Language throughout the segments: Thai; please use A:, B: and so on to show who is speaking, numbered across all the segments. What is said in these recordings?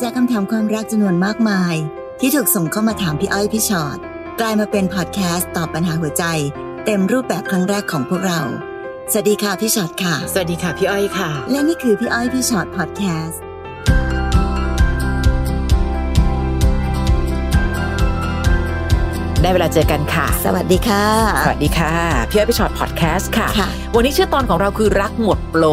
A: จากคำถามความรักจำนวนมากมาย ที่ถูกส่งเข้ามาถามพี่อ้อยพี่ชอ็อตกลายมาเป็นพอดแคสต์ตอบปัญหาหัวใจ เต็มรูปแบบครั้งแรกของพวกเรา สวัสดีค่ะพี่ชอ็อตค่ะ
B: สวัสดีค่ะพี่อ้อยค่ะ
A: และนี่คือพี่อ้อยพี่ชอ็อตพอดแคสต์
B: ได้เวลาเจอกันค่ะ
A: สวัสดีค่ะ
B: สวัสดีค่ะ พี่อ้อยพี่ชอตพอดแคสต์ค่ะ
A: ค่ะ
B: วันนี้ชื่อตอนของเราคือรักหมดโปร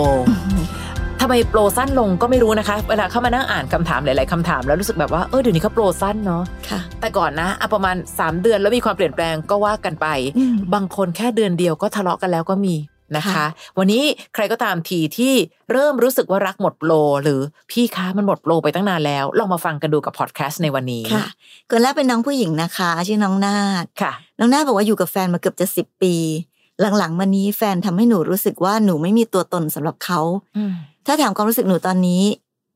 B: ทำไมโปรสั้นลงก็ไม่รู้นะคะ เวลาเข้ามานั่งอ่านคำถามหลาย ๆคำถามแล้วรู้สึกแบบว่าเออเดี๋ยวนี้เขาโปรสั้นเนาะ
A: ค่ะ
B: แต่ก่อนนะอะประมาณ 3 เดือนแล้วมีความเปลี่ยนแปลงก็ว่ากันไป
A: อืม
B: บางคนแค่เดือนเดียวก็ทะเลาะกันแล้วก็มีนะคะ
A: ค่ะ
B: วันนี้ใครก็ตามทีที่เริ่มรู้สึกว่ารักหมดโปรหรือพี่คะมันหมดโปรไปตั้งนานแล้ว ลองมาฟังกันดูกับพอดแคสต์ในวันนี้
A: ค่ะคนแรกเป็นน้องผู้หญิงนะคะ ชื่อน้องนาด
B: ค่ะ
A: น้องนาดบอกว่าอยู่กับแฟนมาเกือบจะสิบปี หลังๆมานี้แฟนทำให้หนูรู้สึกว่าหนูไม่มีตัวตนสำหรับเขา
B: อืม
A: ถ้าถามความรู้สึกหนูตอนนี้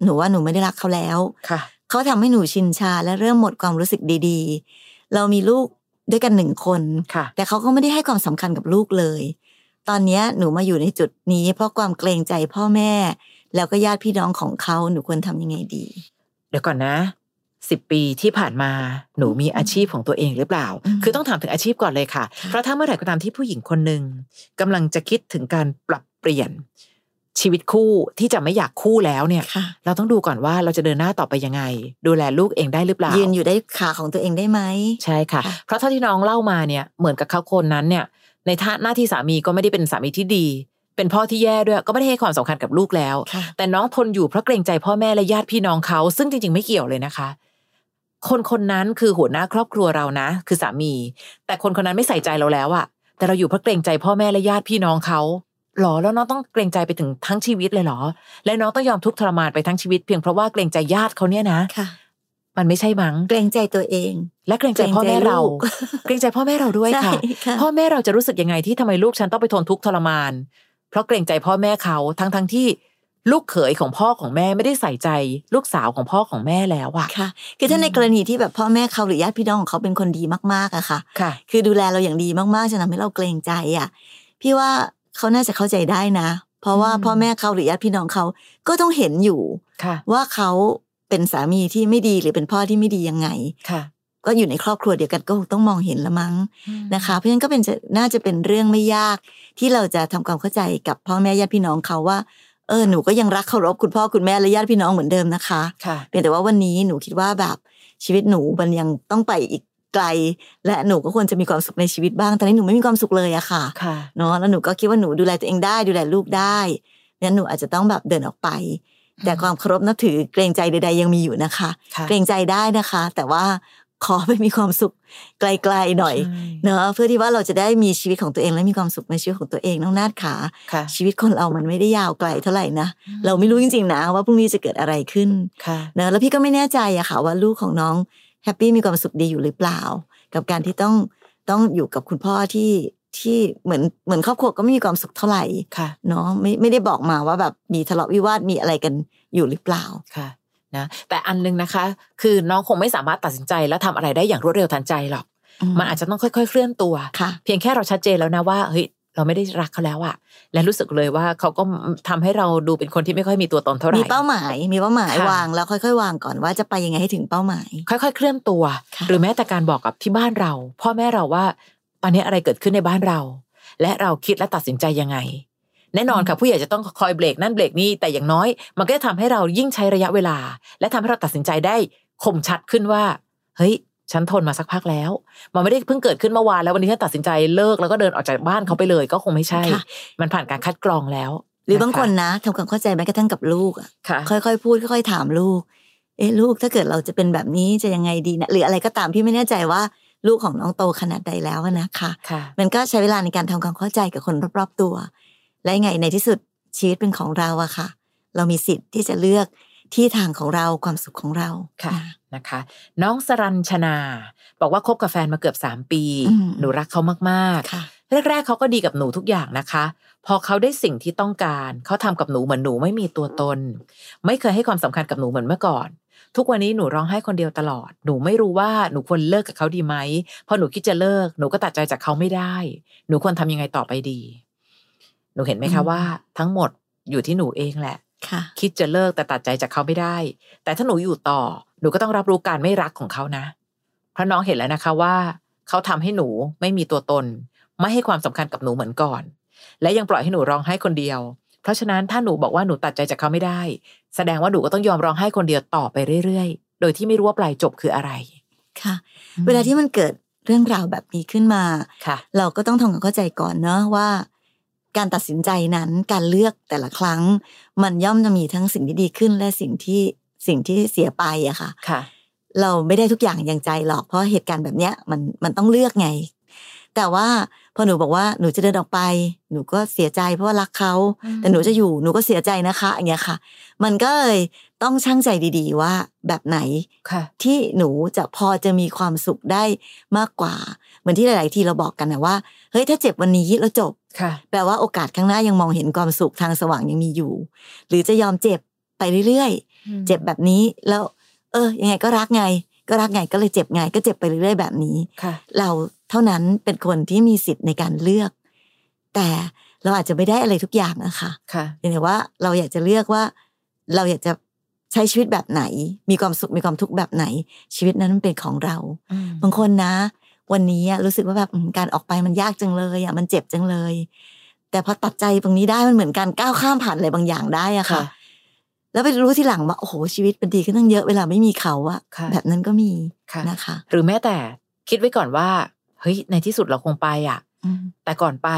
A: หนูว่าหนูไม่ได้รักเขาแล้ว
B: ค่ะ
A: เขาทำให้หนูชินชาและเริ่มหมดความรู้สึกดีๆ เรามีลูกด้วยกันหนึ่งคน
B: ค่ะ
A: แต่เขาก็ไม่ได้ให้ความสำคัญกับลูกเลย ตอนเนี้ยหนูมาอยู่ในจุดนี้ เพราะความเกรงใจพ่อแม่ แล้วก็ญาติพี่น้องของเขาหนูควรทำยังไงดี
B: เดี๋ยวก่อนนะสิบปีที่ผ่านมาหนูมีอาชีพของตัวเองหรือเปล่า
A: อืม
B: คือต้องถามถึงอาชีพก่อนเลยค่ะ
A: ค่ะ
B: เพราะถ้าเมื่อไหร่ก็ตามที่ผู้หญิงคนหนึ่งกำลังจะคิดถึงการปรับเปลี่ยน ชีวิตคู่ที่จะไม่อยากคู่แล้วเนี่ย
A: ค่ะ
B: เราต้องดูก่อนว่าเราจะเดินหน้าต่อไปยังไง ดูแลลูกเองได้หรือเปล่า
A: ยืนอยู่ได้ขาของตัวเองได้ไหม
B: ใช่ค่ะ
A: ค่ะ
B: เพราะเท่าที่น้องเล่ามาเนี่ย เหมือนกับเขาคนนั้นเนี่ย ในท่าหน้าที่สามีก็ไม่ได้เป็นสามีที่ดี เป็นพ่อที่แย่ด้วย ก็ไม่ได้ให้ความสำคัญกับลูกแล้ว
A: ค่ะ
B: แต่น้องทนอยู่เพราะเกรงใจพ่อแม่และญาติพี่น้องเขา ซึ่งจริง ๆ ไม่เกี่ยวเลยนะคะ คนคนนั้นคือหัวหน้าครอบครัวเรานะ คือสามี แต่คนคนนั้นไม่ใส่ใจเราแล้วอะแต่เราอยู่เพราะเกรงใจพ่อแม่และญาติพี่น้องเขาหรอแล้วน้องต้องเกรงใจไปถึงทั้งชีวิตเลยเหรอ และน้องต้องยอมทุกข์ทรมานไปทั้งชีวิตเพียงเพราะว่าเกรงใจญาติเขาเนี่ยนะ
A: ค่ะ
B: มันไม่ใช่มั้ง
A: เกรงใจตัวเอง
B: และเกรงใจพ่อแม่เรา เกรงใจพ่อแม่เราด้วย
A: ใช่
B: ค่ะ
A: ค่ะ
B: พ่อแม่เราจะรู้สึกยังไงที่ทำไมลูกฉันต้องไปทนทุกข์ทรมาน เพราะเกรงใจพ่อแม่เขาทั้งทั้งๆที่ลูกเขยของพ่อของแม่ไม่ได้ใส่ใจ ลูกสาวของพ่อของแม่แล้วอะ
A: ค่ะ คือถ้าในกรณีที่แบบพ่อแม่เขาหรือญาติพี่น้องของเขาเป็นคนดีมากๆอะค่ะ
B: ค่ะ
A: คือดูแลเราอย่างดีมากๆจะทำให้เราเกรงใจอ่ะ พี่ว่าเขาน่าจะเข้าใจได้นะ เพราะว่า
B: อืม
A: พ่อแม่เขาหรือญาติพี่น้องเขาก็ต้องเห็นอยู่
B: ค่ะ
A: ว่าเขาเป็นสามีที่ไม่ดีหรือเป็นพ่อที่ไม่ดียังไง
B: ค่ะ
A: ก็อยู่ในครอบครัวเดียวกันก็คงต้องมองเห็นละมั้งนะคะ เพราะฉะนั้นก็เป็นจะน่าจะเป็นเรื่องไม่ยาก ที่เราจะทำความเข้าใจกับพ่อแม่ญาติพี่น้องเขาว่าเออหนูก็ยังรักเคารพคุณพ่อคุณแม่และญาติพี่น้องเหมือนเดิมนะคะ
B: ค่ะ
A: เพียงแต่ว่าวันนี้หนูคิดว่าแบบชีวิตหนูมันยังต้องไปอีกไกล และหนูก็ควรจะมีความสุขในชีวิตบ้างตอนนี้หนูไม่มีความสุขเลยอะค่ะ
B: ค่ะ
A: เนาะแล้วหนูก็คิดว่าหนูดูแลตัวเองได้ดูแลลูกได้งั้นหนูอาจจะต้องแบบเดินออกไป แต่ความเคารพนับถือเกรงใจใด ๆ ยังมีอยู่นะคะ
B: ค่ะ
A: เกรงใจได้นะคะ แต่ว่าขอไปมีความสุขไกลๆหน่อย
B: ใช่
A: เนาะเพื่อที่ว่าเราจะได้มีชีวิตของตัวเองและมีความสุขในชีวิตของตัวเองน้องนาดขา
B: ค่ะ
A: ชีวิตคนเรามันไม่ได้ยาวไกลเท่าไหร่นะเราไม่รู้จริงๆนะว่าพรุ่งนี้จะเกิดอะไรขึ้น
B: ค่ะ
A: นะแล้วพี่ก็ไม่แน่ใจอะค่ะว่าลูกของน้องแฮปปี้มีความสุขดีอยู่หรือเปล่า กับการที่ต้องต้องอยู่กับคุณพ่อที่ที่เหมือนเหมือนครอบครัวก็ไม่มีความสุขเท่าไหร่
B: ค่ะ
A: เนาะไม่ไม่ได้บอกมาว่าแบบมีทะเลาะวิวาทมีอะไรกันอยู่หรือเปล่า
B: ค่ะนะแต่อันนึงนะคะ คือน้องคงไม่สามารถตัดสินใจและทำอะไรได้อย่างรวดเร็วทันใจหรอก มันอาจจะต้องค่อย ๆ เคลื่อนตัว
A: ค่ะ
B: เพียงแค่เราชัดเจนแล้วนะว่าเฮ้ยเราไม่ได้รักเขาแล้วอะและรู้สึกเลยว่าเขาก็ทำให้เราดูเป็นคนที่ไม่ค่อยมีตัวตนเท่าไหร่
A: มีเป้าหมายมีเป้าหมาย
B: ค่ะ
A: วางแล้วค่อย ๆ วางก่อนว่าจะไปยังไงให้ถึงเป้าหมาย
B: ค่อยๆ เคลื่อนตัว
A: ค่ะ
B: หรือแม้แต่การบอกกับที่บ้านเรา พ่อแม่เราว่าตอนนี้อะไรเกิดขึ้นในบ้านเรา และเราคิดและตัดสินใจยังไง แน่นอนค่ะผู้ใหญ่จะต้องคอยเบรกนั่นเบรกนี่แต่อย่างน้อย มันก็จะทำให้เรายิ่งใช้ระยะเวลา และทำให้เราตัดสินใจได้คมชัดขึ้นว่า เฮ้ย ฉันทนมาสักพักแล้ว มันไม่ได้เพิ่งเกิดขึ้นเมื่อวานแล้ววันนี้ฉันตัดสินใจเลิกแล้วก็เดินออกจากบ้านเขาไปเลย ก็คงไม่ใช่
A: ค่ะ
B: มันผ่านการคัดกรองแล้ว
A: หรือบางคนนะทำความเข้าใจแม้กระทั่งกับลูกอะ
B: ค่ะ
A: ค่อยๆ พูดค่อยๆ ถามลูก เอ๊ะลูกถ้าเกิดเราจะเป็นแบบนี้จะยังไงดีนะหรืออะไรก็ตามพี่ไม่แน่ใจว่าลูกของน้องโตขนาดใดแล้วอะนะคะ
B: ค่ะ
A: มันก็ใช้เวลาในการทำความเข้าใจกับคนรอบๆตัว และยังไงในที่สุดชีวิตเป็นของเราอะค่ะ เรามีสิทธิ์ที่จะเลือกที่ทางของเราความสุขของเรา
B: ค่ะ
A: น
B: นะคะ น้องสรัญชนา บอกว่าคบกับแฟนมาเกือบ 3 ปี
A: อืม
B: หนูรักเขามาก
A: ค่ะ
B: ๆ แรก ๆเขาก็ดีกับหนูทุกอย่างนะคะ พอเขาได้สิ่งที่ต้องการ เขาทำกับหนูเหมือนหนูไม่มีตัวตน ไม่เคยให้ความสำคัญกับหนูเหมือนเมื่อก่อน ทุกวันนี้หนูร้องไห้คนเดียวตลอด หนูไม่รู้ว่าหนูควรเลิกกับเขาดีไหมพอหนูคิดจะเลิกหนูก็ตัดใจจากเขาไม่ได้ หนูควรทำยังไงต่อไปดี หนูเห็นไหมคะ
A: อืม
B: ว่า ทั้งหมดอยู่ที่หนูเองแหละ
A: ค่ะ
B: คิดจะเลิกแต่ตัดใจจากเขาไม่ได้ แต่ถ้าหนูอยู่ต่อ หนูก็ต้องรับรู้การไม่รักของเขานะ เพราะน้องเห็นแล้วนะคะว่า เขาทำให้หนูไม่มีตัวตน ไม่ให้ความสำคัญกับหนูเหมือนก่อน และยังปล่อยให้หนูร้องไห้คนเดียว เพราะฉะนั้นถ้าหนูบอกว่าหนูตัดใจจากเขาไม่ได้ แสดงว่าหนูก็ต้องยอมร้องไห้คนเดียวต่อไปเรื่อยๆ โดยที่ไม่รู้ว่าปลายจบคืออะไร
A: ค่ะ เวลาที่มันเกิดเรื่องราวแบบนี้ขึ้นมา
B: ค่ะ
A: เราก็ต้องทำความเข้าใจก่อนเนอะว่า การตัดสินใจนั้นการเลือกแต่ละครั้ง มันย่อมจะมีทั้งสิ่งที่ดีขึ้นและสิ่งที่สิ่งที่เสียไปอะค่ะ
B: ค่ะ
A: เราไม่ได้ทุกอย่างอย่างใจหรอกเพราะเหตุการณ์แบบเนี้ยมันมันต้องเลือกไง แต่ว่าพอหนูบอกว่าหนูจะเดินออกไป หนูก็เสียใจเพราะว่ารักเขา
B: อืม
A: แต่หนูจะอยู่หนูก็เสียใจนะคะอย่างเงี้ยค่ะ มันก็เลยต้องช่างใจดีๆว่าแบบไหน
B: ค่ะ
A: ที่หนูจะพอจะมีความสุขได้มากกว่า เหมือนที่หลาย ๆ ทีเราบอกกันนะว่าเฮ้ยถ้าเจ็บวันนี้แล้วจบ
B: ค่ะ
A: แปลว่าโอกาสข้างหน้ายังมองเห็นความสุขทางสว่างยังมีอยู่ หรือจะยอมเจ็บไปเรื่อย ๆ เจ็บแบบนี้แล้ว เออ ยังไงก็รักไง ก็รักไงก็เลยเจ็บไง ก็เจ็บไปเรื่อยๆแบบนี้
B: ค่ะ
A: เราเท่านั้นเป็นคนที่มีสิทธิ์ในการเลือก แต่เราอาจจะไม่ได้อะไรทุกอย่างนะคะ
B: ค่ะ
A: เพียงแต่ว่าเราอยากจะเลือกว่า เราอยากจะใช้ชีวิตแบบไหน มีความสุขมีความทุกข์แบบไหน ชีวิตนั้นมันเป็นของเรา บางคนนะ วันนี้อะรู้สึกว่าแบบอืมการออกไปมันยากจังเลยอ่ะมันเจ็บจังเลย แต่พอตัดใจตรงนี้ได้มันเหมือนการก้าวข้ามผ่านอะไรบางอย่างได้อะค่ะ
B: ค่ะ
A: แล้วไปรู้ที่หลังว่าโอ้โหชีวิตมันดีขึ้นตั้งเยอะเวลาไม่มีเขาอะ
B: ค่ะ
A: แบบนั้นก็มี
B: ค่ะ
A: นะคะ
B: หรือแม้แต่คิดไว้ก่อนว่า เฮ้ย ในที่สุดเราคงไปอ่ะ
A: อืม
B: แต่ก่อนไป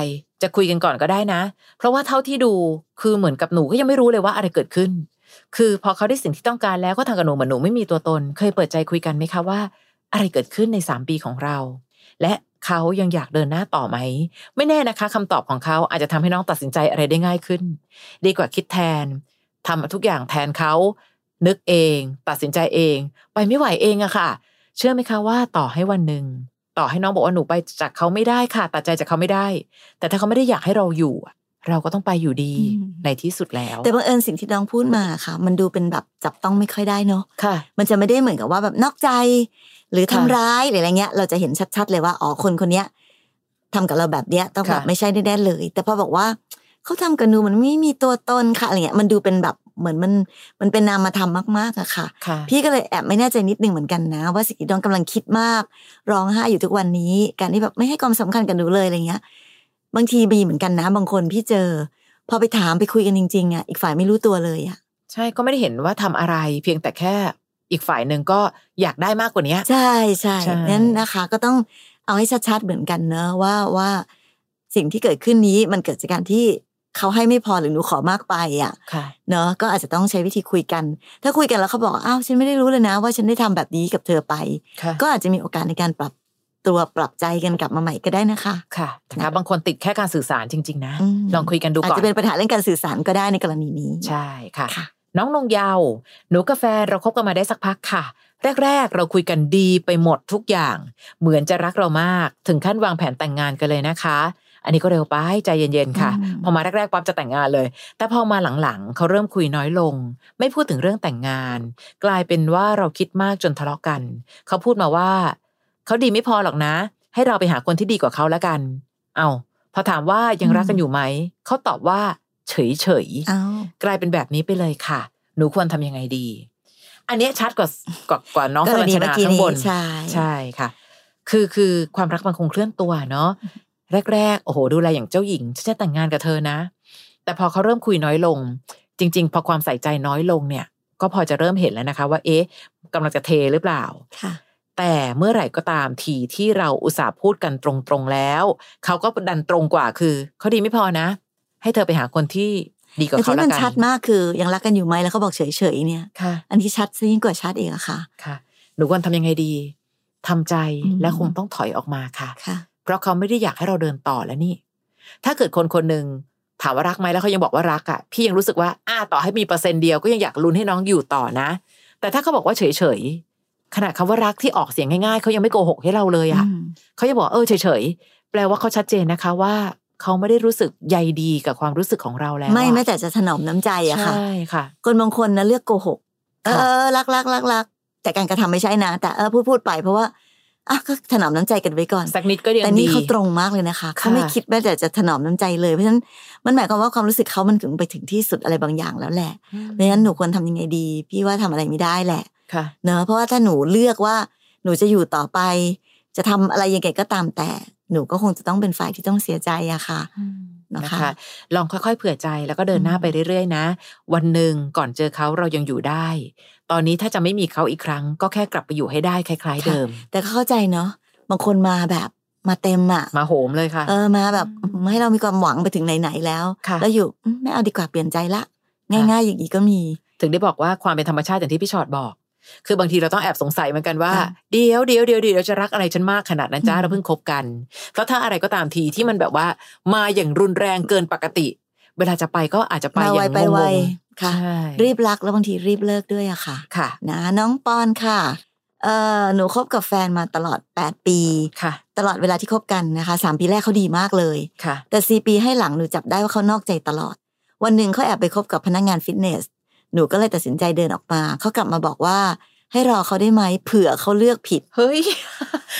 B: จะคุยกันก่อนก็ได้นะ เพราะว่าเท่าที่ดูคือเหมือนกับหนูก็ยังไม่รู้เลยว่าอะไรเกิดขึ้น คือพอเขาได้สิ่งที่ต้องการแล้วก็ทางกับหนูเหมือนหนูไม่มีตัวตน เคยเปิดใจคุยกันไหมคะว่า อะไรเกิดขึ้นในสามปีของเรา และเขายังอยากเดินหน้าต่อไหม ไม่แน่นะคะคำตอบของเขาอาจจะทำให้น้องตัดสินใจอะไรได้ง่ายขึ้น ดีกว่าคิดแทนทำทุกอย่างแทนเขานึกเอง ตัดสินใจเอง ไปไม่ไหวเองอะค่ะ เชื่อไหมคะว่าต่อให้วันหนึ่ง ต่อให้น้องบอกว่าหนูไปจากเขาไม่ได้ค่ะ ตัดใจจากเขาไม่ได้ แต่ถ้าเขาไม่ได้อยากให้เราอยู่อะเราก็ต้องไปอยู่ดีในที่สุดแล้ว
A: แต่บังเอิญสิ่งที่น้องพูดมาค่ะ มันดูเป็นแบบจับต้องไม่ค่อยได้เนอะ
B: ค่ะ
A: มันจะไม่ได้เหมือนกับว่าแบบนอกใจ หรือทำ
B: ค่ะ
A: ร้ายหรืออะไรเงี้ย เราจะเห็นชัด ๆ เลยว่าอ๋อคนคนเนี้ยทำกับเราแบบเนี้ยต้องแบบ
B: ค่ะ
A: ไม่ใช่แน่ๆเลย แต่พอบอกว่าเขาทำกับหนูมันไม่มีตัวตนค่ะอะไรเงี้ยมันดูเป็นแบบเหมือนมันมันเป็นนามธรรมมากๆอะค่ะ
B: ค่ะ
A: พี่ก็เลยแอบไม่แน่ใจนิดนึงเหมือนกันนะ ว่าสิ่งที่น้องกำลังคิดมาก ร้องไห้อยู่ทุกวันนี้ การที่แบบไม่ให้ความสำคัญกับหนูเลยอะไรเงี้ย บางทีมีเหมือนกันนะ บางคนพี่เจอ พอไปถามไปคุยกันจริงๆอ่ะอีกฝ่ายไม่รู้ตัวเลยอ่ะ
B: ใช่ก็ไม่ได้เห็นว่าทำอะไร เพียงแต่แค่อีกฝ่ายหนึ่งก็อยากได้มากกว่านี้
A: ใช่ใช่
B: ใช่
A: นั้นนะคะ ก็ต้องเอาให้ชัดๆเหมือนกันเนอะว่าว่าสิ่งที่เกิดขึ้นนี้มันเกิดจากการที่เขาให้ไม่พอหรือหนูขอมากไปอ่ะ
B: ค่ะ
A: เนอะก็อาจจะต้องใช้วิธีคุยกัน ถ้าคุยกันแล้วเขาบอกอ้าวฉันไม่ได้รู้เลยนะ ว่าฉันได้ทำแบบนี้กับเธอไป
B: ค่ะ
A: ก็อาจจะมีโอกาสในการปรับตัวปรับใจกันกลับมาใหม่ก็ได้นะคะ
B: ค่ะนะคะบางคนติดแค่การสื่อสารจริง ๆ นะ
A: อืม
B: ลองคุยกันดู
A: อาจ
B: ก่อน
A: จะเป็นปัญหาเรื่องการสื่อสารก็ได้ในกรณีนี้
B: ใช่ค่ะ
A: ค่ะ
B: น้องนงเยาวหนูกาแฟนเราคบกันมาได้สักพักค่ะ แรก ๆ เราคุยกันดีไปหมดทุกอย่าง เหมือนจะรักเรามาก ถึงขั้นวางแผนแต่งงานกันเลยนะคะ อันนี้ก็เร็วไปใจเย็นๆค่ะ
A: อืม
B: พอมาแรกๆปั๊บจะแต่งงานเลย แต่พอมาหลังๆเขาเริ่มคุยน้อยลง ไม่พูดถึงเรื่องแต่งงาน กลายเป็นว่าเราคิดมากจนทะเลาะกัน เขาพูดมาว่า เขาดีไม่พอหรอกนะ ให้เราไปหาคนที่ดีกว่าเขาแล้วกัน เอาพอถามว่ายังรักกันอยู่ไหมเขาตอบว่าเฉยๆ
A: เอา
B: กลายเป็นแบบนี้ไปเลยค่ะ หนูควรทำยังไงดี อันเนี้ยชัดกว่ากว่ากว่าน้อง
A: ก
B: ส
A: ร
B: ลัญ
A: ณี
B: ช
A: เมื่
B: นา
A: อกี้
B: ข้าง
A: นี้
B: บน
A: ใช่
B: ใช่ค่ะ คือคือความรักมันคงเคลื่อนตัวเนาะ แรก ๆ โอ้โห ดูแลอย่างเจ้าหญิงฉันจะแต่งงานกับเธอนะ แต่พอเขาเริ่มคุยน้อยลง จริง ๆ พอความใส่ใจน้อยลงเนี่ย ก็พอจะเริ่มเห็นแล้วนะคะ ว่า เอ๊ะกำลังจะเทหรือเปล่า
A: ค่ะ
B: แต่เมื่อไหร่ก็ตามทีที่เราอุตส่าห์พูดกันตรงๆแล้ว เขาก็ดันตรงกว่าคือเขาดีไม่พอนะ ให้เธอไปหาคนที่ดีกว่า
A: แต่
B: เขา
A: ที่
B: แล้ว
A: มั
B: กัน น
A: ชัดมากคือยังรักกันอยู่ไหมแล้วเขาบอกเฉยๆเนี่ย
B: ค่ะ
A: อันนี้ชัดซะยิ่งกว่าชัดเองอะค่ะ
B: ค่ะ หนูควรทำยังไงดี ทำใจ
A: อืม
B: และคงต้องถอยออกมาค่ะ
A: ค่ะ
B: เพราะเขาไม่ได้อยากให้เราเดินต่อแล้วนี่ ถ้าเกิดคนคนหนึ่งถามว่ารักไหมแล้วเขายังบอกว่ารักอะ่ะ พี่ยังรู้สึกว่าอ่าต่อให้มีเปอร์เซ็นต์เดียวก็ยังอยากลุ้นให้น้องอยู่ต่อนะ แต่ถ้าเขาบอกว่าเฉยๆ ขนาดคำว่ารักที่ออกเสียงง่ายๆ เขายังไม่โกหกให้เราเลยอะ่ะ
A: อืม
B: เขาจะบอกเออเฉยๆ แปลว่าเขาชัดเจนนะคะว่า เขาไม่ได้รู้สึกใยดีกับความรู้สึกของเราแล้วอะ
A: ไม่แม้แต่จะถนอมน้ำใจอะค่ะ
B: ใช่ค่ะ
A: คนบางคนนะเลือกโกหก เอ
B: ค่ะ
A: อรักรักรักรักแต่การกระทำไม่ใช่นะ แต่เออพูดพูดไปเพราะว่า อ่ะก็ถนอมน้ำใจกันไว้ก่อน
B: สักนิดก็ยังดี
A: แต่นี่เขาตรงมากเลยนะคะเขาไม่
B: ค่ะ
A: คิดแม้แต่จะถนอมน้ำใจเลยเพราะฉะนั้นมันหมายความว่าความรู้สึกเขามันถึงไปถึงที่สุดอะไรบางอย่างแล้วแหละ
B: อืม
A: เพราะฉะนั้นหนูควรทำยังไงดี พี่ว่าทำอะไรไม่ได้แหละ
B: ค่ะ
A: เนอะเพราะว่าถ้าหนูเลือกว่าหนูจะอยู่ต่อไป จะทำอะไรยังไงก็ตามแต่ หนูก็คงจะต้องเป็นฝ่ายที่ต้องเสียใจอะค่ะ
B: นะ
A: นะคะ
B: คะ ลองค่อยๆ เผื่อใจแล้วก็เดินหน้า
A: อืม
B: ไปเรื่อยๆ นะ วันหนึ่งก่อนเจอเขาเรายังอยู่ได้ ตอนนี้ถ้าจะไม่มีเขาอีกครั้ง ก็แค่กลับไปอยู่ให้ได้คล้าย ๆ เดิม
A: แต่ก็เข้าใจเนอะบางคนมาแบบมาเต็มอะ
B: มาโหมเลยค่ะ
A: เออมาแบบ
B: อืม
A: ให้เรามีความหวังไปถึงไหนๆแล้ว
B: ค่ะ
A: แล้วอยู่อืมไม่เอาดีกว่าเปลี่ยนใจละ ง่ายๆอย่างนี้ก็มี
B: ถึงได้บอกว่าความเป็นธรรมชาติอย่างที่พี่ชอดบอก คือบางทีเราต้องแอบสงสัยเหมือนกันว่า
A: ค่ะ
B: เดียวเดียวเดียวเดียวจะรักอะไรฉันมากขนาดนั้นจ้า
A: อืม
B: เราเพิ่งคบกัน เพราะถ้าอะไรก็ตามทีที่มันแบบว่า มาอย่างรุนแรงเกินปกติ เวลาจะไปก็อาจจะไป
A: มา
B: อ
A: ไว
B: ย่าง
A: ไป
B: ง
A: ไว
B: งๆ
A: ค่ะ
B: ใช่
A: รีบรักแล้วบางทีรีบเลิกด้วยอะค่ะ
B: ค่ะ
A: นะน้องปอนค่ะเออหนูคบกับแฟนมาตลอด 8 ปี
B: ค่ะ
A: ตลอดเวลาที่คบกันนะคะสามปีแรกเขาดีมากเลย
B: ค่ะ
A: แต่4ปีให้หลังหนูจับได้ว่าเขานอกใจตลอด วันหนึ่งเขาแอบไปคบกับพนักงานฟิตเนส หนูก็เลยตัดสินใจเดินออกมา เขากลับมาบอกว่า ให้รอเขาได้ไหมเผื่อเขาเลือกผิด
B: เฮ้ย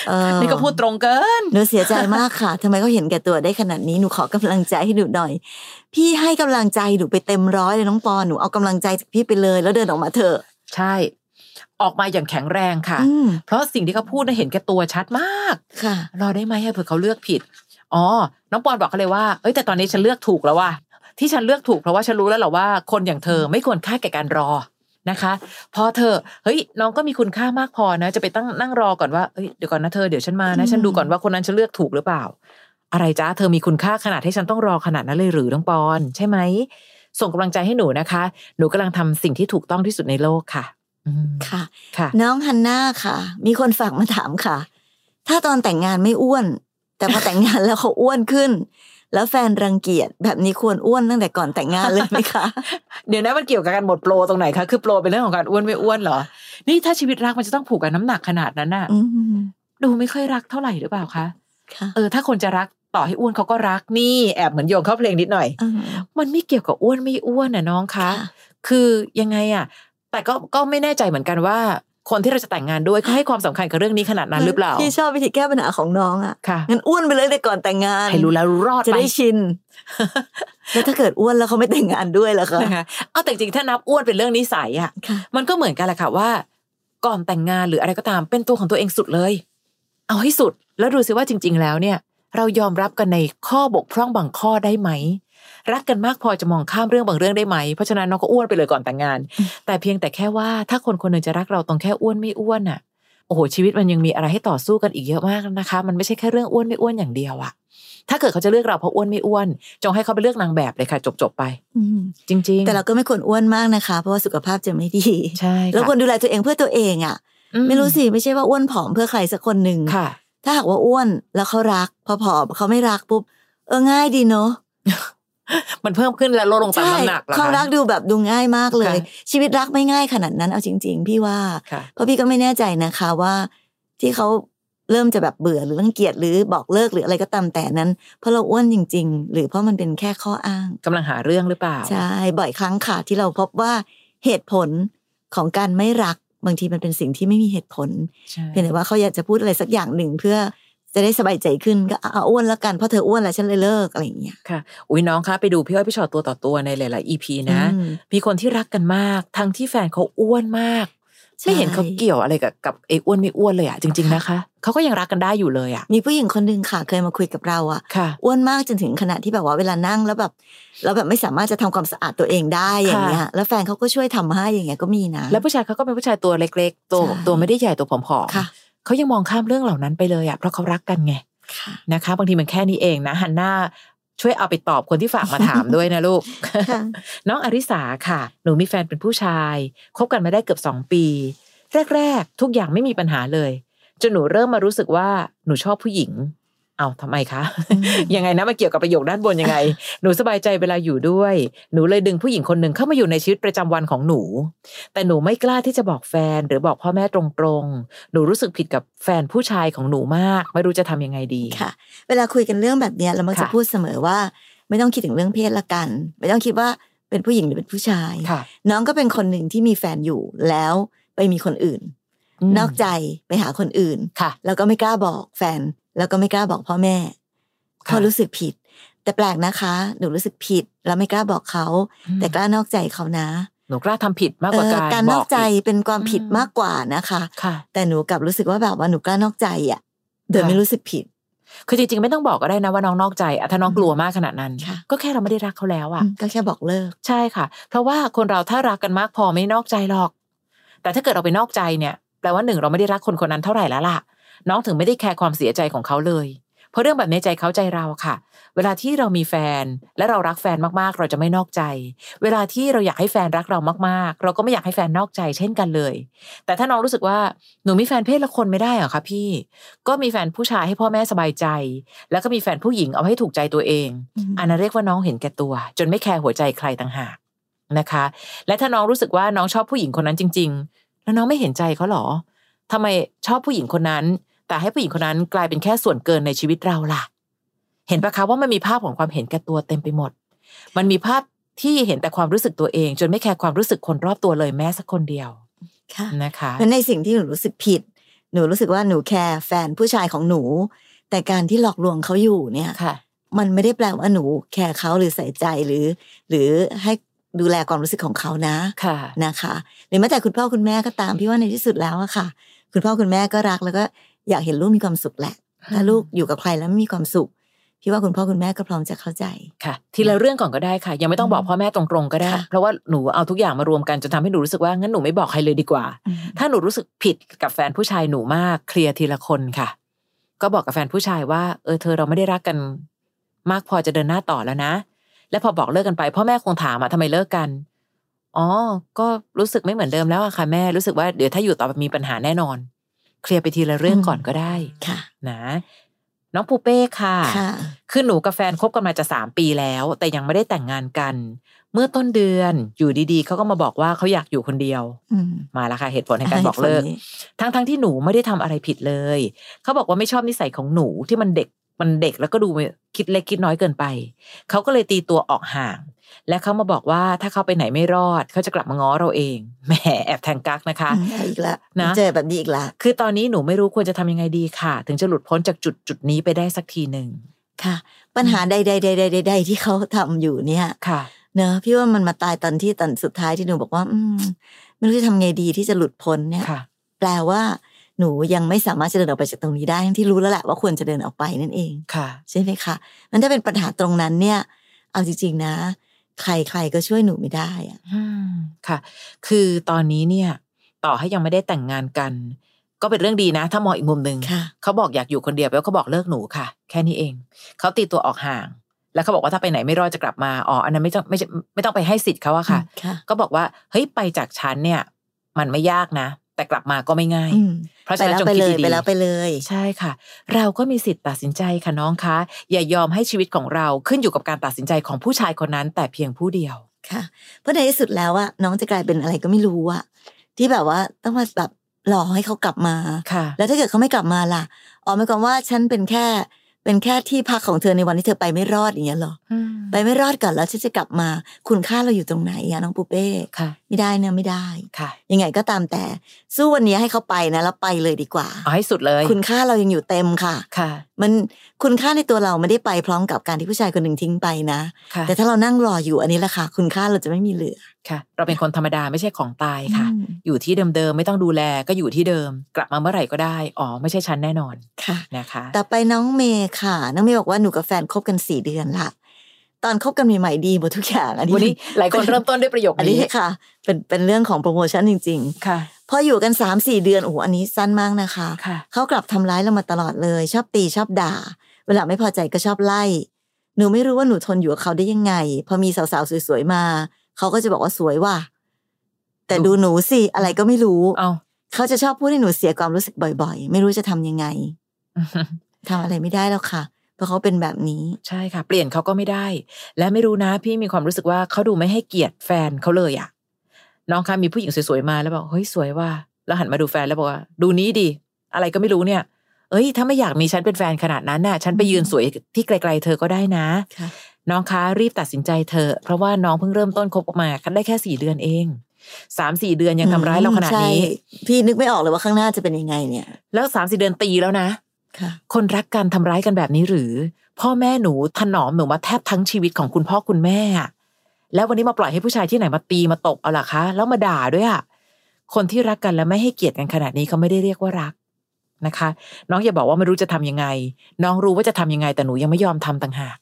A: เออ
B: นี่ก็พูดตรงเกิน
A: หนูเสียใจมากค่ะทำไมเขาเห็นแก่ตัวได้ขนาดนี้หนูขอกำลังใจให้หนูหน่อย พี่ให้กำลังใจหนูไปเต็มร้อยเลยน้องปอนหนูเอากำลังใจจากพี่ไปเลย แล้วเดินออกมาเถอะ
B: ใช่ ออกมาอย่างแข็งแรงค่ะ
A: อืม
B: เพราะสิ่งที่เขาพูดน่ะเห็นแก่ตัวชัดมาก
A: ค่ะ
B: รอได้ไหมอะเผื่อเขาเลือกผิด อ๋อ น้องปอนบอกเขาเลยว่า เอ้ยแต่ตอนนี้ฉันเลือกถูกแล้วว่า ที่ฉันเลือกถูกเพราะว่าฉันรู้แล้วแหละว่า คนอย่างเธอไม่ควรค่าแก่การรอนะคะ พอเธอ เฮ้ยน้องก็มีคุณค่ามากพอนะ จะไปตั้งนั่งรอก่อนว่าเอ้ยเดี๋ยวก่อนนะเธอเดี๋ยวฉันมานะ ฉันดูก่อนว่าคนนั้นฉันเลือกถูกหรือเปล่า อะไรจ้าเธอมีคุณค่าขนาดให้ฉันต้องรอขนาดนั้นเลยหรือน้องปอน ใช่ไหม ส่งกำลังใจให้หนูนะคะ หนูกำลังทำสิ่งที่ถูกต้องที่สุดในโลกค่ะ อืม
A: ค่ะ
B: ค่ะ
A: น้องฮันน่าค่ะ มีคนฝากมาถามค่ะ ถ้าตอนแต่งงานไม่อ้วน แต่พอ แต่งงานแล้วเขาอ้วนขึ้น แล้วแฟนรังเกียจแบบนี้ควรอ้วนตั้งแต่ก่อนแต่งงานเลยไหมคะ
B: เดี๋ยวนะมันเกี่ยวกับการหมดโปรตรงไหนคะคือโปรเป็นเรื่องของการอ้วนไม่อ้วนเหรอ นี่ถ้าชีวิตรักมันจะต้องผูกกับน้ำหนักขนาดนั้นน่ะ
A: อืม
B: ดูไม่ค่อยรักเท่าไหร่หรือเปล่าคะ
A: ค่ะ
B: เออถ้าคนจะรักต่อให้อ้วนเขาก็รักนี่แอบเหมือนโยงเข้าเพลงนิดหน่อย
A: อืม
B: มันไม่เกี่ยวกับอ้วนไม่อ้วนน่ะน้องคะ
A: ค่ะ
B: คือยังไงอะแต่ก็ก็ไม่แน่ใจเหมือนกันว่า คนที่เราจะแต่งงานด้วยเขาให้ความสำคัญกับเรื่องนี้ขนาดนั้นหรือเปล่า
A: พี่ชอบวิธีแก้ปัญหาของน้องอ่ะ
B: ค่ะ
A: งั้นอ้วนไปเลยแต่ก่อนแต่งงาน
B: ให้รู้แล้วรอด
A: จะ
B: ไป
A: ได้ชิน แล้วถ้าเกิดอ้วนแล้วเขาไม่แต่งงานด้วยล่ะคะ
B: นะคะเอาแต่จริงๆถ้านับอ้วนเป็นเรื่องนิสัยอะ
A: ค่ะ
B: มันก็เหมือนกันแหละค่ะว่า ก่อนแต่งงานหรืออะไรก็ตาม เป็นตัวของตัวเองสุดเลย เอาให้สุดแล้วดูสิว่าจริง ๆ แล้วเนี่ย เรายอมรับกันในข้อบกพร่องบางข้อได้ไหม รักกันมากพอจะมองข้ามเรื่องบางเรื่องได้ไหมเพราะฉะนั้นน้องก็อ้วนไปเลยก่อนแต่งงาน แต่เพียงแต่แค่ว่าถ้าคนคนหนึ่งจะรักเราตรงแค่อ้วนไม่อ้วนอ่ะ โอ้โหชีวิตมันยังมีอะไรให้ต่อสู้กันอีกเยอะมากนะคะ มันไม่ใช่แค่เรื่องอ้วนไม่อ้วนอย่างเดียวอะถ้าเกิดเขาจะเลือกเราเพราะอ้วนไม่อ้วน จงให้เขาไปเลือกนางแบบเลยค่ะ จบๆไป
A: อืม
B: จริงๆ
A: แต่เราก็ไม่ควรอ้วนมากนะคะ เพราะว่าสุขภาพจะไม่ดี
B: ใช่
A: แล้วควรดูแลตัวเองเพื่อตัวเองอ่ะ
B: อื
A: ไม่รู้สิไม่ใช่ว่าอ้วนผอมเพื่อใครสักคนหนึ่ง
B: ค่ะ
A: ถ้าหากว่าอ้วนแล้วเขารัก พอผอมเขาไม่รักปุ๊บ เออง่ายดีเนาะ
B: มันเพิ่มขึ้นและลดลงตามน้ำหนักเหรอ
A: ความรัก
B: คะ
A: ดูแบบดูง่ายมากเลย
B: ค่ะ
A: ชีวิตรักไม่ง่ายขนาดนั้นเอาจริง ๆ พี่ว่า
B: ค่ะ
A: เพราะพี่ก็ไม่แน่ใจนะคะว่า ที่เขาเริ่มจะแบบเบื่อหรือรังเกียจหรือบอกเลิกหรืออะไรก็ตามแต่นั้น เพราะเราอ้วนจริง ๆ หรือเพราะมันเป็นแค่ข้ออ้าง
B: กำลังหาเรื่องหรือเปล่า
A: ใช่บ่อยครั้งค่ะที่เราพบว่าเหตุผลของการไม่รักบางทีมันเป็นสิ่งที่ไม่มีเหตุผล
B: ใช่
A: เพียงแต่ว่าเขาอยากจะพูดอะไรสักอย่างหนึ่งเพื่อจะได้สบายใจขึ้นก็เอาเอาอ้วนแล้วกันเพราะเธออ้วนแล้วฉันเลยเลิกอะไรอย่างเงี้ย
B: ค่ะ อุ้ยน้องคะไปดูพี่อ้อยพี่ชอตตัวต่อตัวในหลาย ๆ EP นะ
A: อืม
B: มีคนที่รักกันมาก ทั้งที่แฟนเขาอ้วนมาก
A: ใช่
B: ไม่เห็นเขาเกี่ยวอะไรกับกับไอ้อ้วนไม่อ้วนเลยอะจริง ๆ นะคะ เขาก็ยังรักกันได้อยู่เลยอะ
A: มีผู้หญิงคนหนึ่งค่ะเคยมาคุยกับเราอะ
B: ค่ะ
A: อ้วนมากจนถึงขนาดที่แบบว่าเวลานั่งแล้วแบบเราแบบไม่สามารถจะทำความสะอาดตัวเองได้อย่างเงี้ยแล้วแฟนเขาก็ช่วยทำให้อย่างเงี้ยก็มีนะ
B: แล้วผู้ชายเขาก็เป็นผู้ชายตัวเล็ก ๆ ตัว
A: ใช่
B: ตัวไม่ได้ใหญ่ตัวผอม
A: ค่ะ
B: ๆเขายังมองข้ามเรื่องเหล่านั้นไปเลยอะเพราะเขารักกันไง
A: ค่ะ
B: นะคะ บางทีมันแค่นี้เองนะฮันน่าช่วยเอาไปตอบคนที่ฝากมาถามด้วยนะลูก
A: ค่ะ
B: น้องอริสาค่ะ หนูมีแฟนเป็นผู้ชาย คบกันมาได้เกือบสองปี แรก ๆ ทุกอย่างไม่มีปัญหาเลย จนหนูเริ่มมารู้สึกว่าหนูชอบผู้หญิง เอาทำไมคะ ยังไงนะมาเกี่ยวกับประโยคด้านบนยังไง หนูสบายใจเวลาอยู่ด้วย หนูเลยดึงผู้หญิงคนหนึ่งเข้ามาอยู่ในชีวิตประจำวันของหนู แต่หนูไม่กล้าที่จะบอกแฟนหรือบอกพ่อแม่ตรงๆ หนูรู้สึกผิดกับแฟนผู้ชายของหนูมาก ไม่รู้จะทำยังไงดี
A: ค่ะเวลาคุยกันเรื่องแบบเนี้ยเรามักจะ
B: ค่ะ
A: พูดเสมอว่า ไม่ต้องคิดถึงเรื่องเพศละกัน ไม่ต้องคิดว่าเป็นผู้หญิงหรือเป็นผู้ชาย
B: ค่ะ
A: น้องก็เป็นคนหนึ่งที่มีแฟนอยู่แล้วไปมีคนอื่น
B: ม
A: นอกใจไปหาคนอื่น
B: ค่ะ
A: แล้วก็ไม่กล้าบอกแฟน แล้วก็ไม่กล้าบอกพ่อแม่
B: ค่ะ
A: เขารู้สึกผิด แต่แปลกนะคะ หนูรู้สึกผิด แล้วไม่กล้าบอกเขา แต่กล้านอกใจเขานะ
B: หนูกล้าทำผิดมากกว่า
A: เอ่อ
B: การ
A: การนอกใจ
B: บ
A: เป็นความผิดมากกว่านะคะ
B: อีกค่ะ
A: แต่หนูกลับรู้สึกว่าแบบว่าหนูกล้านอกใจอ่ะโดย
B: ค่ะ
A: ไม่รู้สึกผิด
B: คือจริงๆไม่ต้องบอกก็ได้นะว่าน้องนอกใจอะถ้าน้องกลัวมากขนาดนั้น
A: ค่ะ
B: ก็แค่เราไม่ได้รักเขาแล้วอ่ะ
A: อืมก็แค่บอกเลิก
B: ใช่ค่ะ เพราะว่าคนเราถ้ารักกันมากพอไม่นอกใจหรอก แต่ถ้าเกิดเราไปนอกใจเนี่ยแปลว่าหนึ่งเราไม่ได้รักคนคนนั้นเท่าไหร่แล้วล่ะ น้องถึงไม่ได้แคร์ความเสียใจของเขาเลย เพราะเรื่องแบบนี้ใจเขาใจเราค่ะ เวลาที่เรามีแฟนและเรารักแฟนมากๆ เราจะไม่นอกใจ เวลาที่เราอยากให้แฟนรักเรามากๆ เราก็ไม่อยากให้แฟนนอกใจเช่นกันเลย แต่ถ้าน้องรู้สึกว่าหนูมีแฟนเพศละคนไม่ได้เหรอคะพี่ ก็มีแฟนผู้ชายให้พ่อแม่สบายใจ แล้วก็มีแฟนผู้หญิงเอาให้ถูกใจตัวเอง อันนั้นเรียกว่าน้องเห็นแก่ตัว จนไม่แคร์หัวใจใครต่างหากนะคะ และถ้าน้องรู้สึกว่าน้องชอบผู้หญิงคนนั้นจริง ๆ แล้วน้องไม่เห็นใจเขาเหรอทำไมชอบผู้หญิงคนนั้น แต่ให้ผู้หญิงคนนั้นกลายเป็นแค่ส่วนเกินในชีวิตเราล่ะ เห็นปะคะว่ามันมีภาพของความเห็นแก่ตัวเต็มไปหมด มันมีภาพที่เห็นแต่ความรู้สึกตัวเอง จนไม่แคร์ความรู้สึกคนรอบตัวเลยแม้สักคนเดียว
A: ค่ะ
B: นะคะ
A: เพราะในสิ่งที่หนูรู้สึกผิด หนูรู้สึกว่าหนูแคร์แฟนผู้ชายของหนู แต่การที่หลอกลวงเขาอยู่เนี่ย
B: ค่ะ
A: มันไม่ได้แปลว่าหนูแคร์เขาหรือใส่ใจหรือ หรือให้ดูแลความรู้สึกของเขานะ
B: ค่ะ
A: นะคะหรือแม้แต่คุณพ่อคุณแม่ก็ตามพี่ว่าในที่สุดแล้วอะค่ะ คุณพ่อคุณแม่ก็รักแล้วก็อยากเห็นลูกมีความสุขแหละถ้าลูกอยู่กับใครแล้วไม่มีความสุขพี่ว่าคุณพ่อคุณแม่ก็พร้อมจะเข้าใจ
B: ค่ะทีละเรื่องก่อนก็ได้ค่ะ ยังไม่ต้องบอกพ่อแม่ตรงๆก็ได้
A: ค่ะ
B: เพราะว่าหนูเอาทุกอย่างมารวมกันจนทำให้หนูรู้สึกว่างั้นหนูไม่บอกใครเลยดีกว่า ถ้าหนูรู้สึกผิดกับแฟนผู้ชายหนูมากเคลียร์ทีละคนค่ะ ก็บอกกับแฟนผู้ชายว่า เออเธอเราไม่ได้รักกัน มากพอจะเดินหน้าต่อแล้วนะ และพอบอกเลิกกันไปพ่อแม่คงถามอ่ะทำไมเลิกกันอ๋อก็รู้สึกไม่เหมือนเดิมแล้วอะค่ะแม่รู้สึกว่าเดี๋ยวถ้าอยู่ต่อไปมีปัญหาแน่นอน เคลียร์ไปทีละเรื่องก่อนก็ได้
A: ค่ะ
B: นะ น้องปูเป้ค่ะ
A: ค่ะ
B: คือหนูกับแฟนคบกันมาจะสามปีแล้ว แต่ยังไม่ได้แต่งงานกัน เมื่อต้นเดือนอยู่ดีๆเขาก็มาบอกว่าเขาอยากอยู่คนเดียว
A: อืม
B: มาแล้วค่ะเหตุผลในการบอกเลิก
A: ให้คนนี้
B: ทั้งๆที่หนูไม่ได้ทำอะไรผิดเลย เขาบอกว่าไม่ชอบนิสัยของหนูที่มันเด็กมันเด็กแล้วก็ดูคิดเล็กคิดน้อยเกินไป เขาก็เลยตีตัวออกห่าง และเขามาบอกว่าถ้าเขาไปไหนไม่รอด เขาจะกลับมาง้อเราเอง แหมแอบแทงกักนะคะ
A: อืมเอาอีกละ
B: นะ
A: เจอแบบนี้อีกละ
B: คือตอนนี้หนูไม่รู้ควรจะทำยังไงดีค่ะ ถึงจะหลุดพ้นจากจุดจุดนี้ไปได้สักทีหนึ่ง
A: ค่ะ ปัญหาใดๆใดๆใดๆที่เขาทำอยู่เนี่ย
B: ค่ะ
A: เนอะพี่ว่ามันมาตายตอนที่ตอนสุดท้ายที่หนูบอกว่า อืมไม่รู้จะทำไงดีที่จะหลุดพ้นเนี่ย
B: ค่ะ
A: แปลว่าหนูยังไม่สามารถจะเดินออกไปจากตรงนี้ได้ทั้งที่รู้แล้วแหละว่าควรจะเดินออกไปนั่นเอง
B: ค่ะ
A: ใช่ไหมคะมันถ้าเป็นปัญหาตรงนั้นเนี่ย เอาจริง ๆ นะ ใครใครก็ช่วยหนูไม่ได้อะ
B: อืมค่ะ คือตอนนี้เนี่ย ต่อให้ยังไม่ได้แต่งงานกัน ก็เป็นเรื่องดีนะ ถ้ามองอีกมุมหนึ่ง
A: ค่ะ
B: เขาบอกอยากอยู่คนเดียวแล้วเขาบอกเลิกหนูค่ะ แค่นี้เอง เขาตีตัวออกห่าง แล้วเขาบอกว่าถ้าไปไหนไม่รอดจะกลับมาอ๋ออันนั้นไม่ต้องไม่ใช่ไม่ต้องไปให้สิทธิ์เขาอะค่ะ
A: ค่ะ
B: ก็บอกว่าเฮ้ยไปจากฉันเนี่ย มันไม่ยากนะ แต่กลับมาก็ไม่ง่าย
A: อืม
B: เพราะ
A: ไป
B: ฉะนั้
A: แล้ว
B: นจง
A: ไป
B: คิ
A: เล
B: ด
A: ย
B: ดี
A: ไปแล้วไปเลย
B: ๆใช่ค่ะ เราก็มีสิทธิ์ตัดสินใจค่ะน้องคะอย่ายอมให้ชีวิตของเราขึ้นอยู่กับการตัดสินใจของผู้ชายคนนั้น แต่เพียงผู้เดียว
A: ค่ะ เพราะในที่สุดแล้วอะน้องจะกลายเป็นอะไรก็ไม่รู้อะที่แบบว่าต้องมาแบบรอให้เขากลับมา
B: ค่ะ
A: แล้วถ้าเกิดเขาไม่กลับมาล่ะอ๋อหมายความว่าฉันเป็นแค่ เป็นแค่ที่พักของเธอในวันที่เธอไปไม่รอดอย่างเงี้ยเหรอ ไปไม่รอดก่อนแล้วฉันจะกลับมา คุณค่าเราอยู่ตรงไหนอะน้องปูเป้
B: ค่ะ
A: ไม่ได้นะไม่ได้
B: ค่ะ
A: ยังไงก็ตามแต่ สู้วันนี้ให้เขาไปนะแล้วไปเลยดีกว่า
B: เอาให้สุดเลย
A: คุณค่าเรายังอยู่เต็มค่ะ
B: ค่ะ
A: มันคุณค่าในตัวเราไม่ได้ไปพร้อมกับการที่ผู้ชายคนหนึ่งทิ้งไปนะ
B: ค่ะ
A: แต่ถ้าเรานั่งรออยู่อันนี้แหละค่ะ คุณค่าเราจะไม่มีเหลือ
B: ค่ะ เราเป็นคนธรรมดาไม่ใช่ของตายค่ะ
A: อืม
B: อยู่ที่เดิมๆไม่ต้องดูแลก็อยู่ที่เดิม กลับมาเมื่อไหร่ก็ได้ อ๋อ ไม่ใช่ฉันแน่นอน
A: ค่ะ
B: นะคะ
A: ต่อไปน้องเมย์ค่ะ น้องเมย์บอกว่าหนูกับแฟนคบกันสี่เดือนละตอนคบกันใหม่ๆดีหมดทุกอย่างอันนี้
B: วันนี้หลายคนเริ่มต้นด้วยประโยค
A: อันนี้
B: นี้
A: ค่ะ เป็นเป็นเรื่องของโปรโมชั่นจริง
B: ค่ะ
A: ๆ พออยู่กันสามสี่เดือนโอ้โหอันนี้สั้นมากนะคะ
B: ค่ะ
A: เขากลับทำร้ายเรามาตลอดเลย ชอบตีชอบด่า เวลาไม่พอใจก็ชอบไล่ หนูไม่รู้ว่าหนูทนอยู่กับเขาได้ยังไง พอมีสาวๆสวยๆมา เขาก็จะบอกว่าสวยว่ะแต่ดูหนูสิอะไรก็ไม่รู้
B: เอา
A: เขาจะชอบพูดให้หนูเสียความรู้สึกบ่อย ๆ ไม่รู้จะทำยังไงทำอะไรไม่ได้แล้วค่ะ เพราะเขาเป็นแบบนี้
B: ใช่ค่ะ เปลี่ยนเขาก็ไม่ได้ และไม่รู้นะพี่มีความรู้สึกว่าเขาดูไม่ให้เกียรติแฟนเขาเลยอะน้องคะมีผู้หญิงสวยๆมาแล้วบอกเฮ้ยสวยว่ะแล้วหันมาดูแฟนแล้วบอกว่า ดูนี้ดิอะไรก็ไม่รู้เนี่ย เอ้ยถ้าไม่อยากมีฉันเป็นแฟนขนาดนั้นน่ะ ฉันไปยืนสวยที่ไกล ๆ เธอก็ได้นะ
A: ค่ะ
B: น้องคะรีบตัดสินใจเธอะเพราะว่าน้องเพิ่งเริ่มต้นคบออกมาได้แค่สี่เดือนเอง สามสี่เดือนยังทำร้ายเราขนาดนี้
A: ใช่พี่นึกไม่ออกเลยว่าข้างหน้าจะเป็นยังไงเนี่ย
B: แล้วสามสี่เดือนตีแล้วนะ
A: ค่ะ
B: คนรักกันทำร้ายกันแบบนี้หรือ พ่อแม่หนูถนอมหนูมาแทบทั้งชีวิตของคุณพ่อคุณแม่อะแล้ววันนี้มาปล่อยให้ผู้ชายที่ไหนมาตีมาตบเอาล่ะคะ แล้วมาด่าด้วยอะคนที่รักกันและไม่ให้เกียรติกันขนาดนี้เขาไม่ได้เรียกว่ารักนะคะ น้องอย่าบอกว่าไม่รู้จะทำยังไง น้องรู้ว่าจะทำยังไงแต่หนูยังไม่ยอมทำต่างหาก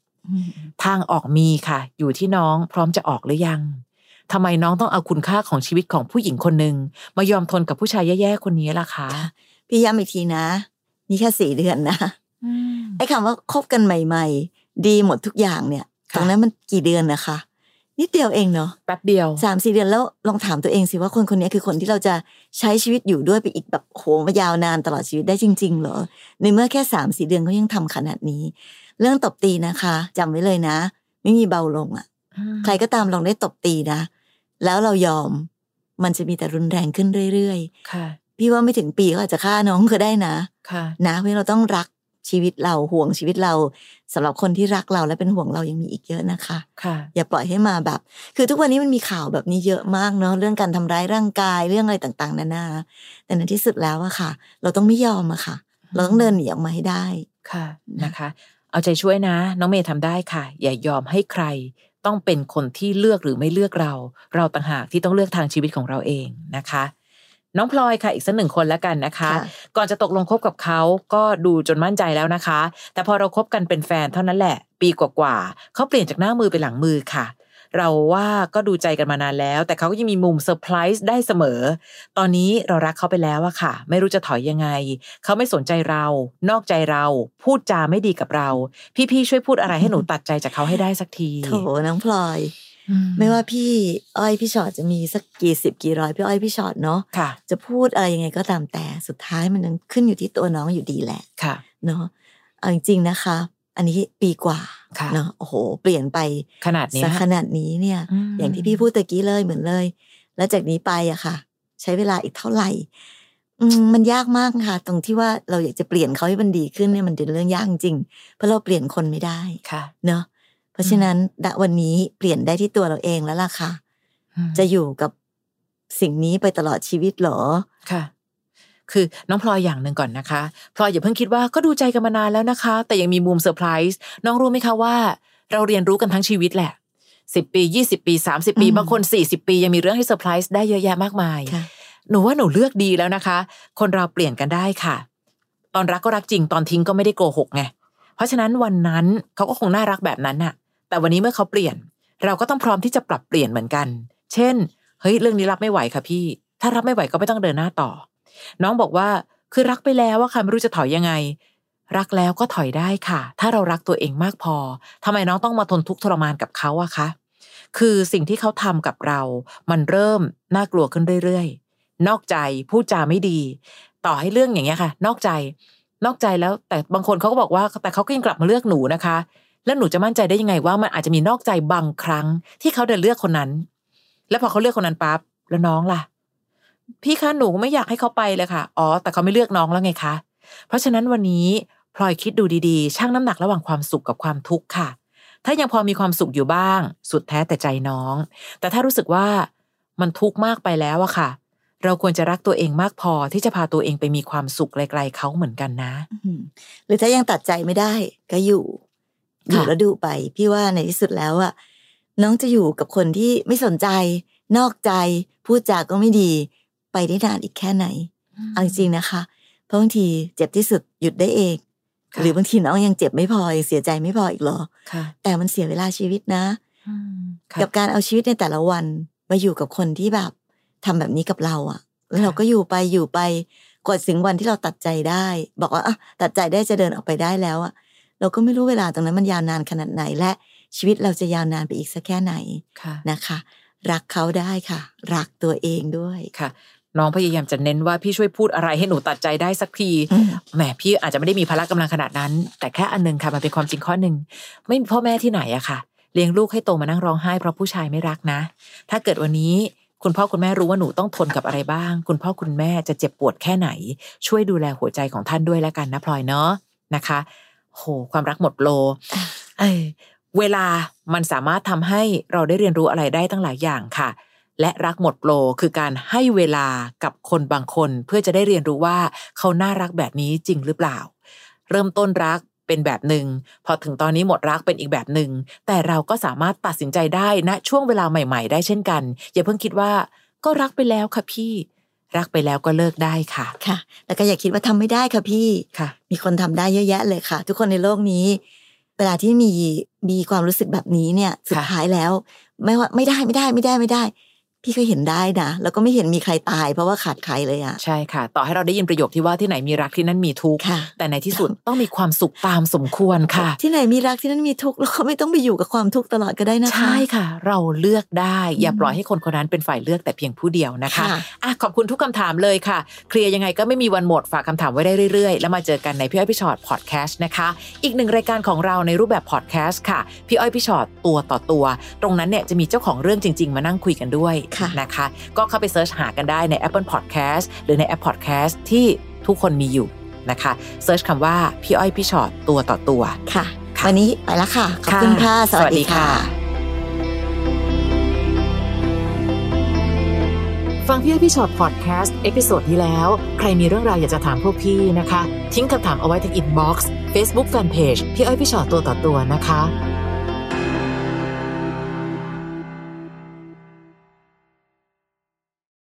B: ทางออกมีค่ะ อยู่ที่น้องพร้อมจะออกหรือยังทำไมน้องต้องเอาคุณค่าของชีวิตของผู้หญิงคนหนึ่งมายอมทนกับผู้ชายแย่ๆคนนี้ล่ะคะ
A: พี่ย้ำอีกทีนะ นี่แค่สี่เดือนนะไอ้คำว่าคบกันใหม่ ๆ ดีหมดทุกอย่างเนี่ย
B: ค่ะ
A: ตรงนั้นมันกี่เดือนนะคะนิดเดียวเองเนาะ
B: แป๊บเดียว
A: สามสี่เดือนแล้วลองถามตัวเองสิว่าคนคนนี้คือคนที่เราจะใช้ชีวิตอยู่ด้วยไปอีกแบบโหมายาวนานตลอดชีวิตได้จริง ๆ เหรอ ในเมื่อแค่สามสี่เดือนเขายังทำขนาดนี้ เรื่องตบตีนะคะจำไว้เลยนะ ไม่มีเบาลงอ่ะ ใครก็ตามลองได้ตบตีนะ แล้วเรายอม มันจะมีแต่รุนแรงขึ้นเรื่อย
B: ค่ะ
A: ๆ พี่ว่าไม่ถึงปีก็อาจจะฆ่าน้องก็ได้นะ
B: ค่ะ
A: นะเพราะฉะนั้นเราต้องรักชีวิตเราห่วงชีวิตเราสำหรับคนที่รักเราและเป็นห่วงเรายังมีอีกเยอะนะคะ
B: ค่ะ
A: อย่าปล่อยให้มาแบบ คือทุกวันนี้มันมีข่าวแบบนี้เยอะมากเนาะเรื่องการทำร้ายร่างกายเรื่องอะไรต่างๆนานาแต่ในที่สุดแล้วอะค่ะ เราต้องไม่ยอมอะค่ะ เราต้องเดินหนีออกมาให้ได้
B: ค่ะ
A: นะ
B: นะคะ เอาใจช่วยนะ น้องเมย์ทำได้ค่ะ อย่ายอมให้ใคร ต้องเป็นคนที่เลือกหรือไม่เลือกเรา เราต่างหากที่ต้องเลือกทางชีวิตของเราเองนะคะ น้องพลอยค่ะ อีกสักหนึ่งคนแล้วกันนะคะ ก่อนจะตกลงคบกับเขาก็ดูจนมั่นใจแล้วนะคะ แต่พอเราคบกันเป็นแฟนเท่านั้นแหละ ปีกว่าๆเขาเปลี่ยนจากหน้ามือเป็นหลังมือค่ะ เราว่าก็ดูใจกันมานานแล้ว แต่เขาก็ยังมีมุมเซอร์ไพรส์ได้เสมอ ตอนนี้เรารักเขาไปแล้วอะค่ะ ไม่รู้จะถอยยังไง เขาไม่สนใจเรา นอกใจเรา พูดจาไม่ดีกับเรา พี่ๆช่วยพูดอะไรให้หนูตัดใจจากเขาให้ได้สักที
A: โถน้องพลอย ไม่ว่าพี่อ้อยพี่ชอตจะมีสักกี่สิบกี่ร้อยพี่อ้อยพี่ชอตเนาะ
B: ค่ะ
A: จะพูดอะไรยังไงก็ตามแต่สุดท้ายมันยังขึ้นอยู่ที่ตัวน้องอยู่ดีแหละ
B: ค่ะ
A: เนาะเอาจริงๆนะคะ อันนี้ปีกว่า
B: ค่ะ
A: เนาะโอ้โห เปลี่ยนไป
B: ขนาดนี้
A: ซะ
B: นะ
A: ขนาดนี้เนี่ย
B: ม
A: อย่างที่พี่พูดตะกี้เลยเหมือนเลย แล้วจากนี้ไปอะค่ะ ใช้เวลาอีกเท่าไหร่อืมมันยากมากค่ะ ตรงที่ว่าเราอยากจะเปลี่ยนเขาให้มันดีขึ้นเนี่ยมันเป็นเรื่องยากจริงเพราะเราเปลี่ยนคนไม่ได้
B: ค่ะ
A: เนาะเพราะฉะนั้นณวันนี้เปลี่ยนได้ที่ตัวเราเองแล้วล่ะค่ะ จะอยู่กับสิ่งนี้ไปตลอดชีวิตเหรอ
B: ค่ะ คือน้องพลอยอย่างหนึ่งก่อนนะคะพลอยอย่าเพิ่งคิดว่าก็ดูใจกันมานานแล้วนะคะ แต่ยังมีมุมเซอร์ไพรส์น้องรู้ไหมคะว่า เราเรียนรู้กันทั้งชีวิตแหละสิบปียี่สิบปีสามสิบปี
A: อืม
B: บางคนสี่สิบปี ยังมีเรื่องให้เซอร์ไพรส์ได้เยอะแยะมากมาย
A: ค่ะ
B: หนูว่าหนูเลือกดีแล้วนะคะ คนเราเปลี่ยนกันได้ค่ะ ตอนรักก็รักจริงตอนทิ้งก็ไม่ได้โกหกไงเพราะฉะนั้นวันนั้นเขาก็คงน่ารักแบบนั้นน่ะ แต่วันนี้เมื่อเขาเปลี่ยน เราก็ต้องพร้อมที่จะปรับเปลี่ยนเหมือนกัน เช่นเฮ้ยเรื่องนี้รับไม่ไหวค่ะพี่ ถ้ารับไม่ไหวก็ไม่ต้องเดินหน้าต่อ น้องบอกว่าคือรักไปแล้วว่าค่ะไม่รู้จะถอยยังไง รักแล้วก็ถอยได้ค่ะ ถ้าเรารักตัวเองมากพอทำไมน้องต้องมาทนทุกข์ทรมานกับเขาอะคะคือสิ่งที่เขาทำกับเรา มันเริ่มน่ากลัวขึ้นเรื่อยๆ นอกใจพูดจาไม่ดี ต่อให้เรื่องอย่างเงี้ยค่ะ นอกใจ นอกใจแล้วแต่บางคนเขาก็บอกว่าแต่เขาก็ยังกลับมาเลือกหนูนะคะ แล้วหนูจะมั่นใจได้ยังไงว่ามันอาจจะมีนอกใจบางครั้ง ที่เขาเดินเลือกคนนั้น แล้วพอเขาเลือกคนนั้นปั๊บแล้วน้องล่ะ พี่คะหนูไม่อยากให้เขาไปเลยค่ะอ๋อแต่เขาไม่เลือกน้องแล้วไงคะเพราะฉะนั้นวันนี้พลอยคิดดูดีๆชั่งน้ำหนักระหว่างความสุขกับความทุกข์ค่ะ ถ้ายังพอมีความสุขอยู่บ้าง สุดแท้แต่ใจน้อง แต่ถ้ารู้สึกว่ามันทุกข์มากไปแล้วอะค่ะ เราควรจะรักตัวเองมากพอที่จะพาตัวเองไปมีความสุขไกลๆเขาเหมือนกันนะ
A: อืมหรือถ้ายังตัดใจไม่ได้ก็อยู่อ
B: ค่ะ
A: ยู่แล้วดูไป พี่ว่าในที่สุดแล้วอะน้องจะอยู่กับคนที่ไม่สนใจ นอกใจพูดจาก็ไม่ดี ไปได้นานอีกแค่ไหนเอาจริงๆนะคะ เพราะบางทีเจ็บที่สุดหยุดได้เอง
B: ค่ะ
A: หรือบางทีน้องยังเจ็บไม่พอยังเสียใจไม่พออีกเหรอ
B: ค่ะ
A: แต่มันเสียเวลาชีวิตนะ
B: ค่ะ
A: กับการเอาชีวิตในแต่ละวันมาอยู่กับคนที่แบบทำแบบนี้กับเราอะแล้วเรา
B: ค่ะ
A: ก็อยู่ไปอยู่ไปกว่าถึงวันที่เราตัดใจได้ บอกว่าอ่ะตัดใจได้จะเดินออกไปได้แล้วอะเราก็ไม่รู้เวลาตรงนั้นมันยาวนานขนาดไหนและชีวิตเราจะยาวนานไปอีกสักแค่ไหน
B: ค่ะ
A: นะคะ รักเขาได้ค่ะ รักตัวเองด้วย
B: ค่ะ น้องพยายามจะเน้นว่าพี่ช่วยพูดอะไรให้หนูตัดใจได้สักที
A: อืม
B: แหมพี่อาจจะไม่ได้มีพละกำลังขนาดนั้น แต่แค่อันหนึงค่ะมันเป็นความจริงข้อหนึ่งไม่มีพ่อแม่ที่ไหนอะค่ะ เลี้ยงลูกให้โตมานั่งร้องไห้เพราะผู้ชายไม่รักนะ ถ้าเกิดวันนี้คุณพ่อคุณแม่รู้ว่าหนูต้องทนกับอะไรบ้าง คุณพ่อคุณแม่จะเจ็บปวดแค่ไหน ช่วยดูแลหัวใจของท่านด้วยแล้วกันนะพลอยเนาะนะคะ โห ความรักหมดโลเอยเวลามันสามารถทำให้เราได้เรียนรู้อะไรได้ตั้งหลายอย่างค่ะ และรักหมดโปรคือการให้เวลากับคนบางคนเพื่อจะได้เรียนรู้ว่าเขาน่ารักแบบนี้จริงหรือเปล่า เริ่มต้นรักเป็นแบบหนึ่งพอถึงตอนนี้หมดรักเป็นอีกแบบหนึ่งแต่เราก็สามารถตัดสินใจได้ณนะช่วงเวลาใหม่ ๆ ได้เช่นกัน อย่าเพิ่งคิดว่าก็รักไปแล้วค่ะพี่ รักไปแล้วก็เลิกได้ค่ะ
A: ค่ะ แล้วก็อย่าคิดว่าทำไม่ได้ค่ะพี่
B: ค่ะ
A: มีคนทำได้เยอะแยะเลยค่ะ ทุกคนในโลกนี้ เวลาที่มีมีความรู้สึกแบบนี้เนี่ยสุดท้ายแล้ว ไม่ว่าไม่ได้ไม่ได้ไม่ได้ไม่ได้ พี่ก็เห็นได้นะแล้วก็ไม่เห็นมีใครตาย เพราะว่าขาดใครเลยอ่ะ
B: ใช่ค่ะ ต่อให้เราได้ยินประโยคที่ว่าที่ไหนมีรักที่นั่นมีทุกข์
A: ค่ะ
B: แต่ในที่สุดต้องมีความสุขตามสมควรค่ะ
A: ที่ไหนมีรักที่นั่นมีทุกข์เราก็ไม่ต้องไปอยู่กับความทุกข์ตลอดก็ได้นะคะ
B: ใช่ค่ะ เราเลือกได้ อย่า
A: อืม
B: ปล่อยให้คนคนนั้นเป็นฝ่ายเลือกแต่เพียงผู้เดียวนะคะ
A: ค่ะ
B: อ่ะขอบคุณทุกคำถามเลยค่ะ เคลียร์ยังไงก็ไม่มีวันหมดฝากคำถามไว้ได้เรื่อยๆ แล้วมาเจอกันในพี่อ้อยพี่ชอตพอดแคสต์นะคะ อีกหนึ่งรายการของเราในรูปแบบพอดแคสต์ค่ะ พี่อ้อยพี่ชอตตัวต่อตัว ตรงนั้นเนี่ยจะมีเจ้าของเรื่องจริง ๆ มานั่งคุยกันด้วย
A: ค่ะ
B: นะคะ ก็เข้าไปเสิร์ชหากันได้ใน Apple Podcast หรือในแอป Podcast ที่ทุกคนมีอยู่นะคะเสิร์ชคำว่าพี่อ้อยพี่ชอตตัวต่อตัว
A: ค่ะ
B: ค่ะ
A: วันนี้ไปละค่ะ ขอบคุณค่ะ สวัสดีค่ะ
B: ฟังพี่อ้อยพี่ชอตพอดแคสต์เอพิโซดที่แล้ว ใครมีเรื่องราวอยากจะถามพวกพี่นะคะ ทิ้งคำถามเอาไว้ที่อินบ็อกซ์เฟซบุ๊กแฟนเพจพี่อ้อยพี่ชอตตัวต่อตัวนะคะ